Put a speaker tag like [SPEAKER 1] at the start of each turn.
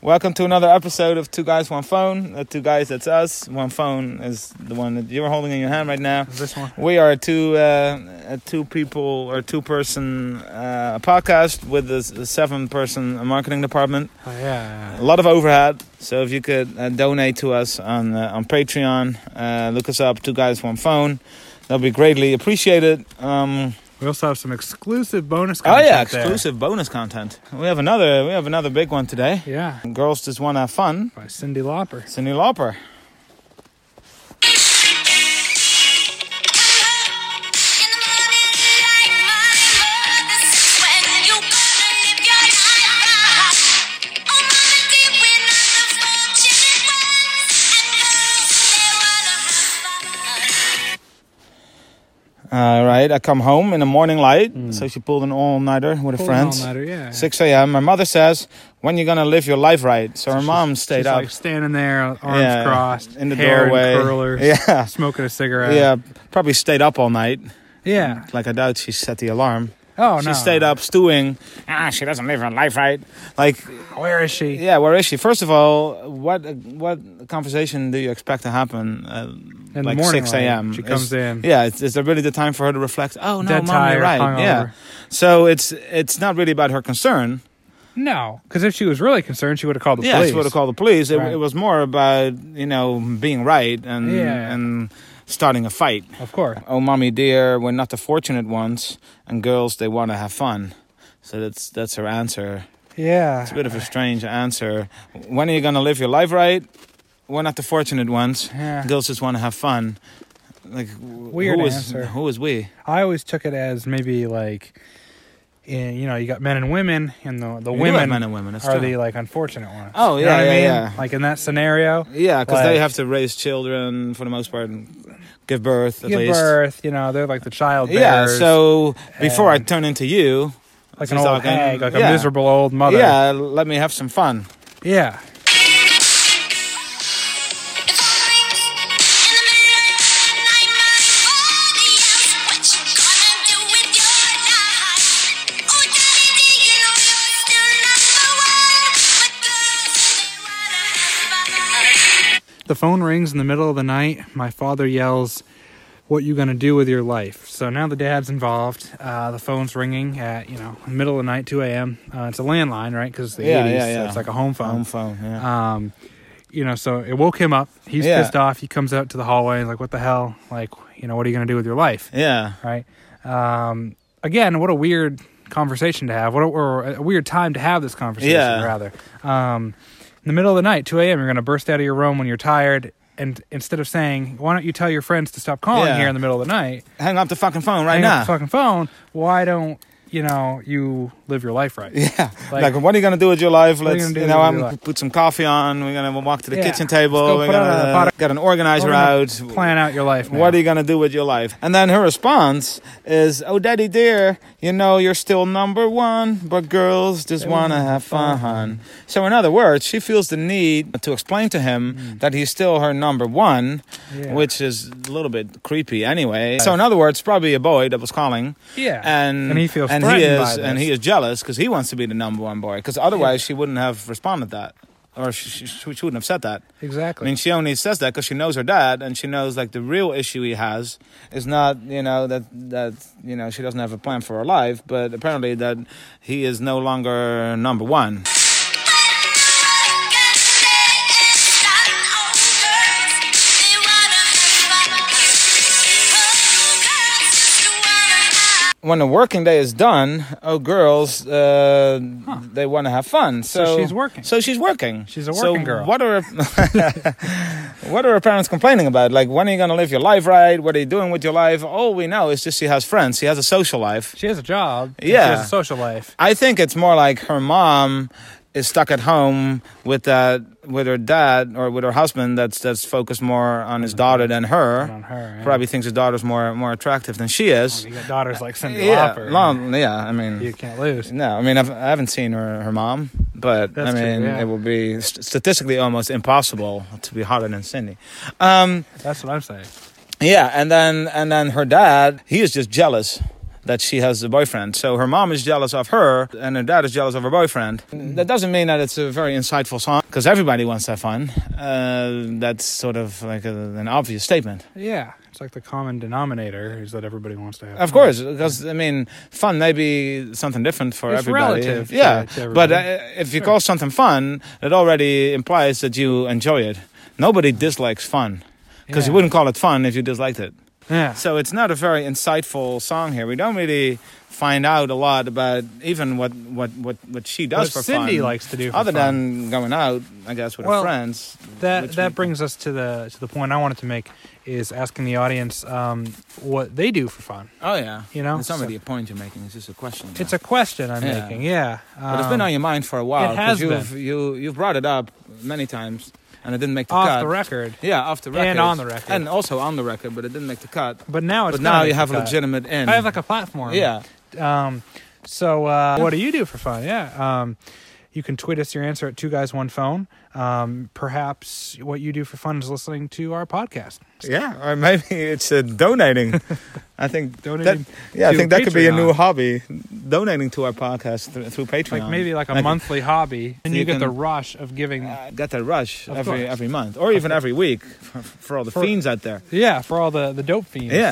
[SPEAKER 1] Welcome to another episode of Two Guys One Phone. The two guys that's us. One phone is the one that you're holding in your hand right now.
[SPEAKER 2] This one.
[SPEAKER 1] We are a two uh, a two people or two person uh, podcast with a, s- a seven person marketing department.
[SPEAKER 2] Oh, yeah.
[SPEAKER 1] A lot of overhead. So if you could uh, donate to us on uh, on Patreon, uh, look us up. Two Guys One Phone. That'll be greatly appreciated. Um,
[SPEAKER 2] We also have some exclusive bonus
[SPEAKER 1] oh
[SPEAKER 2] content.
[SPEAKER 1] yeah,
[SPEAKER 2] there.
[SPEAKER 1] exclusive bonus content. We have another we have another big one today.
[SPEAKER 2] Yeah.
[SPEAKER 1] Girls just want to have fun.
[SPEAKER 2] By Cindy Lauper.
[SPEAKER 1] Cindy Lauper. All Uh, right, I come home in the morning light,
[SPEAKER 2] Hmm.
[SPEAKER 1] so she pulled an all-nighter with her
[SPEAKER 2] Pulling
[SPEAKER 1] friends.
[SPEAKER 2] all nighter, yeah.
[SPEAKER 1] 6 a.m. My mother says, "When you gonna live your life right?" So, her mom stayed
[SPEAKER 2] She's
[SPEAKER 1] up,
[SPEAKER 2] like standing there, arms
[SPEAKER 1] Yeah,
[SPEAKER 2] crossed,
[SPEAKER 1] in the
[SPEAKER 2] hair
[SPEAKER 1] doorway.
[SPEAKER 2] and curlers,
[SPEAKER 1] Yeah.
[SPEAKER 2] smoking a cigarette.
[SPEAKER 1] yeah, probably stayed up all night.
[SPEAKER 2] Yeah.
[SPEAKER 1] Like I doubt she set the alarm.
[SPEAKER 2] Oh
[SPEAKER 1] she
[SPEAKER 2] no.
[SPEAKER 1] stayed up stewing. Ah, she doesn't live her life right. Like,
[SPEAKER 2] Where is she?
[SPEAKER 1] yeah, where is she? First of all, what what conversation do you expect to happen? Uh,
[SPEAKER 2] In
[SPEAKER 1] like
[SPEAKER 2] the morning,
[SPEAKER 1] 6
[SPEAKER 2] light,
[SPEAKER 1] a.m.
[SPEAKER 2] She
[SPEAKER 1] Is-
[SPEAKER 2] comes in.
[SPEAKER 1] Yeah, is, is there really the time for her to reflect? Oh no,
[SPEAKER 2] Dead
[SPEAKER 1] mom, you're
[SPEAKER 2] tired,
[SPEAKER 1] right. Yeah,
[SPEAKER 2] hungover.
[SPEAKER 1] so it's it's not really about her concern.
[SPEAKER 2] No, because if she was really concerned, she would have called the
[SPEAKER 1] yeah,
[SPEAKER 2] police.
[SPEAKER 1] she would have called the police. It,
[SPEAKER 2] Right.
[SPEAKER 1] it was more about you know being right and
[SPEAKER 2] Yeah.
[SPEAKER 1] and starting a fight.
[SPEAKER 2] Of course.
[SPEAKER 1] Oh, mommy dear, we're not the fortunate ones, and girls they want to have fun. So that's that's her answer.
[SPEAKER 2] Yeah.
[SPEAKER 1] It's a bit of a strange answer. When are you gonna live your life right? We're not the fortunate ones.
[SPEAKER 2] Yeah.
[SPEAKER 1] Girls just want to have fun. Like w-
[SPEAKER 2] Weird
[SPEAKER 1] who is
[SPEAKER 2] answer.
[SPEAKER 1] who is we?
[SPEAKER 2] I always took it as maybe like, eh, you know, you got men and women, and the the
[SPEAKER 1] We do have
[SPEAKER 2] women
[SPEAKER 1] men and women. That's
[SPEAKER 2] are
[SPEAKER 1] true.
[SPEAKER 2] the like unfortunate ones.
[SPEAKER 1] Oh,
[SPEAKER 2] You
[SPEAKER 1] yeah,
[SPEAKER 2] know what I
[SPEAKER 1] yeah,
[SPEAKER 2] mean?
[SPEAKER 1] yeah.
[SPEAKER 2] Like in that scenario,
[SPEAKER 1] yeah, because they
[SPEAKER 2] like-
[SPEAKER 1] have to raise children for the most part, and give birth at
[SPEAKER 2] give
[SPEAKER 1] least.
[SPEAKER 2] birth, you know, they're like the child
[SPEAKER 1] Yeah,
[SPEAKER 2] bearers,
[SPEAKER 1] so before I
[SPEAKER 2] and-
[SPEAKER 1] turn into you,
[SPEAKER 2] like an
[SPEAKER 1] since I
[SPEAKER 2] old
[SPEAKER 1] can-
[SPEAKER 2] hag, like
[SPEAKER 1] yeah.
[SPEAKER 2] a miserable old mother.
[SPEAKER 1] yeah, let me have some fun.
[SPEAKER 2] Yeah. The phone rings in the middle of the night. My father yells, "What you gonna do with your life?" So now the dad's involved. Uh, the phone's ringing at you know middle of the night, two a.m. Uh, it's a landline, right? Because the
[SPEAKER 1] Yeah,
[SPEAKER 2] 80s,
[SPEAKER 1] yeah,
[SPEAKER 2] so
[SPEAKER 1] yeah.
[SPEAKER 2] it's like a home phone.
[SPEAKER 1] Home phone, yeah.
[SPEAKER 2] Um, you know, so it woke him up. He's
[SPEAKER 1] Yeah.
[SPEAKER 2] pissed off. He comes out to the hallway, he's like, "What the hell? Like, you know, what are you gonna do with your life?"
[SPEAKER 1] yeah.
[SPEAKER 2] right? Um, again, what a weird conversation to have. What a, or a weird time to have this conversation,
[SPEAKER 1] Yeah.
[SPEAKER 2] rather. Um, in the middle of the night, 2 a.m., you're going to burst out of your room when you're tired. And instead of saying, why don't you tell your friends to stop calling
[SPEAKER 1] Yeah.
[SPEAKER 2] here in the middle of the night?
[SPEAKER 1] Hang up the fucking phone right
[SPEAKER 2] hang
[SPEAKER 1] now.
[SPEAKER 2] up the fucking phone. Why don't, you know, you live your life right?
[SPEAKER 1] yeah. Like,
[SPEAKER 2] Like-
[SPEAKER 1] what are you gonna do with your life?
[SPEAKER 2] What are you
[SPEAKER 1] Let's
[SPEAKER 2] gonna do
[SPEAKER 1] you know,
[SPEAKER 2] with
[SPEAKER 1] I'm
[SPEAKER 2] your
[SPEAKER 1] gonna
[SPEAKER 2] life?
[SPEAKER 1] put some coffee on. We're gonna walk to the
[SPEAKER 2] Yeah.
[SPEAKER 1] kitchen
[SPEAKER 2] Let's
[SPEAKER 1] table.
[SPEAKER 2] go
[SPEAKER 1] We're
[SPEAKER 2] put on a
[SPEAKER 1] gonna
[SPEAKER 2] pot-
[SPEAKER 1] get an organizer
[SPEAKER 2] Organize-
[SPEAKER 1] out.
[SPEAKER 2] Plan out your life.
[SPEAKER 1] What
[SPEAKER 2] man.
[SPEAKER 1] are you gonna do with your life? And then her response is, "Oh, daddy dear, you know you're still number one, but girls just wanna have fun." So, in other words, she feels the need to explain to him that he's still her number one,
[SPEAKER 2] Mm. Yeah.
[SPEAKER 1] which is a little bit creepy, anyway. So, in other words, probably a boy that was calling,
[SPEAKER 2] Yeah.
[SPEAKER 1] and
[SPEAKER 2] And he feels
[SPEAKER 1] and he
[SPEAKER 2] threatened
[SPEAKER 1] is
[SPEAKER 2] by this.
[SPEAKER 1] and he is jealous because he wants to be the number one boy. Because otherwise, she wouldn't have responded that, or she, she, she wouldn't have said that. I
[SPEAKER 2] Exactly.
[SPEAKER 1] mean, she only says that because she knows her dad, and she knows like the real issue he has is not you know that that you know she doesn't have a plan for her life, but apparently that he is no longer number one. When the working day is done, oh girls, uh, they want to have fun. So,
[SPEAKER 2] she's working.
[SPEAKER 1] So she's working.
[SPEAKER 2] She's a
[SPEAKER 1] So
[SPEAKER 2] working girl.
[SPEAKER 1] What are what are her parents complaining about? Like, when are you gonna live your life right? What are you doing with your life? All we know is just she has friends. She has a social life.
[SPEAKER 2] She has a job. and
[SPEAKER 1] Yeah.
[SPEAKER 2] She has a social life.
[SPEAKER 1] I think it's more like her mom is stuck at home with that with her dad or with her husband that's that's focused more on his daughter than her.
[SPEAKER 2] on her, yeah.
[SPEAKER 1] Probably thinks his daughter's more more attractive than she is.
[SPEAKER 2] You got daughters like Cindy
[SPEAKER 1] Yeah,
[SPEAKER 2] Lauper.
[SPEAKER 1] mom, yeah. I
[SPEAKER 2] You
[SPEAKER 1] mean,
[SPEAKER 2] can't lose.
[SPEAKER 1] no, I mean I've, I haven't seen her her mom, but I
[SPEAKER 2] That's true,
[SPEAKER 1] mean
[SPEAKER 2] yeah.
[SPEAKER 1] it would be st- statistically almost impossible to be hotter than Cindy. Um,
[SPEAKER 2] That's what I'm saying.
[SPEAKER 1] yeah, and then and then her dad, he is just jealous. that she has a boyfriend. So her mom is jealous of her, and her dad is jealous of her boyfriend. That doesn't mean that it's a very insightful song, because everybody wants to have fun. Uh, that's sort of like a, an obvious statement.
[SPEAKER 2] Yeah, it's like the common denominator is that everybody wants to have.
[SPEAKER 1] Of
[SPEAKER 2] fun.
[SPEAKER 1] course, because I mean, fun may be something different for
[SPEAKER 2] It's
[SPEAKER 1] everybody.
[SPEAKER 2] relative to-
[SPEAKER 1] yeah,
[SPEAKER 2] to everybody.
[SPEAKER 1] but uh, if you call something fun, it already implies that you enjoy it. Nobody dislikes fun because you
[SPEAKER 2] Yeah.
[SPEAKER 1] wouldn't call it fun if you disliked it.
[SPEAKER 2] Yeah,
[SPEAKER 1] So it's not a very insightful song here. We don't really find out a lot about even what what what, what she
[SPEAKER 2] what
[SPEAKER 1] does for
[SPEAKER 2] Cindy
[SPEAKER 1] fun.
[SPEAKER 2] likes to do. For
[SPEAKER 1] other
[SPEAKER 2] fun.
[SPEAKER 1] than going out, I guess, with her
[SPEAKER 2] Well,
[SPEAKER 1] friends.
[SPEAKER 2] that
[SPEAKER 1] which
[SPEAKER 2] that
[SPEAKER 1] we-
[SPEAKER 2] brings us to the to the point I wanted to make is asking the audience um, what they do for fun.
[SPEAKER 1] Oh yeah,
[SPEAKER 2] You know,
[SPEAKER 1] it's not
[SPEAKER 2] so-
[SPEAKER 1] really a point you're making. It's just a question.
[SPEAKER 2] It's a question I'm
[SPEAKER 1] Yeah.
[SPEAKER 2] making. Yeah,
[SPEAKER 1] But it's been
[SPEAKER 2] um,
[SPEAKER 1] on your mind for a while.
[SPEAKER 2] it
[SPEAKER 1] 'cause
[SPEAKER 2] has
[SPEAKER 1] you've, You you've brought it up many times, and it didn't make the
[SPEAKER 2] off
[SPEAKER 1] cut.
[SPEAKER 2] the record,
[SPEAKER 1] Yeah, off the record
[SPEAKER 2] And on the record.
[SPEAKER 1] and also on the record, but it didn't make the cut.
[SPEAKER 2] but now it's
[SPEAKER 1] but
[SPEAKER 2] gonna
[SPEAKER 1] now
[SPEAKER 2] make
[SPEAKER 1] you
[SPEAKER 2] the
[SPEAKER 1] have a
[SPEAKER 2] cut.
[SPEAKER 1] legitimate end.
[SPEAKER 2] I have like a platform.
[SPEAKER 1] yeah.
[SPEAKER 2] Um, so uh, what do you do for fun? Yeah. Um, you can tweet us your answer at two guys one phone. Um, perhaps what you do for fun is listening to our podcast.
[SPEAKER 1] Yeah, or maybe it's uh, donating. I think
[SPEAKER 2] Donating
[SPEAKER 1] yeah, I
[SPEAKER 2] to
[SPEAKER 1] think that could be a new
[SPEAKER 2] Patreon.
[SPEAKER 1] hobby, donating to our podcast through, through Patreon.
[SPEAKER 2] Like maybe like a
[SPEAKER 1] Like-
[SPEAKER 2] monthly hobby, and
[SPEAKER 1] you
[SPEAKER 2] you, get
[SPEAKER 1] can-
[SPEAKER 2] the rush of giving.
[SPEAKER 1] Uh, get that rush
[SPEAKER 2] Of
[SPEAKER 1] every
[SPEAKER 2] course.
[SPEAKER 1] every month, or even
[SPEAKER 2] course.
[SPEAKER 1] every week, for, for all the
[SPEAKER 2] For-
[SPEAKER 1] fiends out there.
[SPEAKER 2] yeah, for all the the dope fiends.
[SPEAKER 1] Yeah.